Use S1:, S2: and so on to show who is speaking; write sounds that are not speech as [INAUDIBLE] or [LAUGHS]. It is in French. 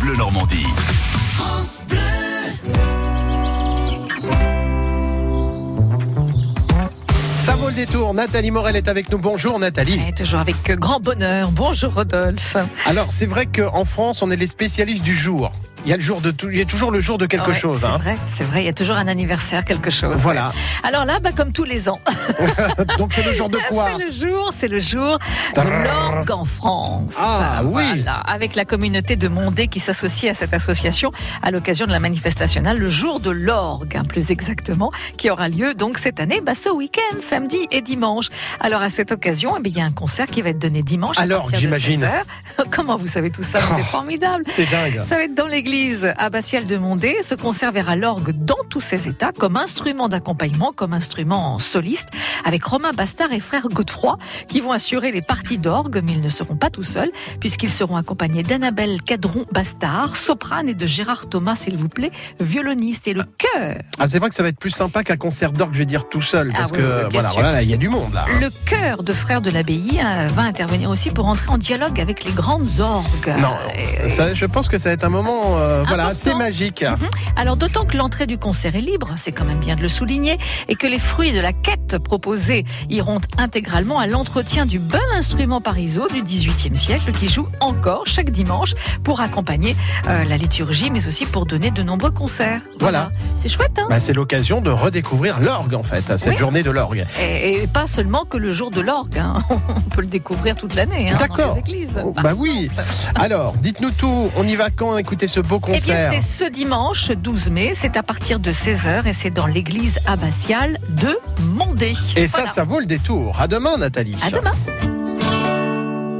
S1: Bleu Normandie.
S2: Ça vaut le détour. Nathalie Morel est avec nous. Bonjour Nathalie.
S3: Ouais, toujours avec euh, grand bonheur. Bonjour Rodolphe.
S2: Alors c'est vrai qu'en France, on est les spécialistes du jour. Il y a, le jour de tout, il y a toujours le jour de quelque
S3: Ouais,
S2: chose.
S3: C'est
S2: hein.
S3: vrai, c'est vrai. Il y a toujours un anniversaire, quelque chose.
S2: Voilà.
S3: ouais. Alors là, bah, comme tous les ans, [LAUGHS]
S2: [LAUGHS] Donc c'est le jour de quoi
S3: Ah, c'est le jour, c'est le jour de l'orgue en France.
S2: Ah, oui.
S3: Voilà, avec la communauté de Mondé qui s'associe à cette association à l'occasion de la manifestation, le jour de l'orgue, hein, plus exactement, qui aura lieu donc cette année, bah, ce week-end, samedi et dimanche. Alors à cette occasion, eh bien, il y a un concert qui va être donné dimanche
S2: À
S3: à
S2: l'orgue,
S3: partir de
S2: j'imagine.
S3: 16 heures. [LAUGHS] Comment vous savez tout ça
S2: Oh.
S3: C'est formidable.
S2: C'est dingue.
S3: Ça va être dans l'église abbatiale de Mondé. Se conservera l'orgue dans tous ses états, comme instrument d'accompagnement, comme instrument soliste, avec Romain Bastard et frère Godefroy, qui vont assurer les parties d'orgue, mais ils ne seront pas tout seuls, puisqu'ils seront accompagnés d'Annabelle Cadron Bastard, soprane, et de Gérard Thomas, s'il vous plaît, violoniste. Et le chœur,
S2: Ah, c'est vrai que ça va être plus sympa qu'un concert d'orgue, je vais dire tout seul.
S3: Ah
S2: Parce
S3: oui,
S2: que
S3: oui, bien
S2: voilà,
S3: sûr.
S2: voilà, là, il y a du monde là.
S3: le chœur de Frères de l'Abbaye hein, va intervenir aussi pour entrer en dialogue avec les grandes orgues.
S2: Non,
S3: Et-
S2: ça, je pense que ça va être un moment euh, voilà,
S3: Important. Mhm.
S2: assez magique.
S3: Alors d'autant que l'entrée du concert est libre, c'est quand même bien de le souligner, et que les fruits de la quête proposée iront intégralement à l'entretien du bel instrument pariso du XVIIIe siècle qui joue encore chaque dimanche pour accompagner euh, la liturgie, mais aussi pour donner de nombreux concerts.
S2: Voilà.
S3: C'est chouette, hein
S2: Bah, c'est l'occasion de redécouvrir l'orgue en fait, à cette
S3: Oui.
S2: journée de l'orgue.
S3: et, et pas seulement que le jour de l'orgue, hein. [LAUGHS] on peut le découvrir toute l'année hein, dans
S2: D'accord.
S3: les églises.
S2: Oh, bah oui. Alors, dites-nous tout. On y va quand écouter ce beau
S3: Eh bien,
S2: concert
S3: c'est ce dimanche 12 mai, c'est à partir de 16h et c'est dans l'église abbatiale de Mondé.
S2: Et ça,
S3: Voilà.
S2: ça vaut le détour. À demain, Nathalie.
S3: À demain.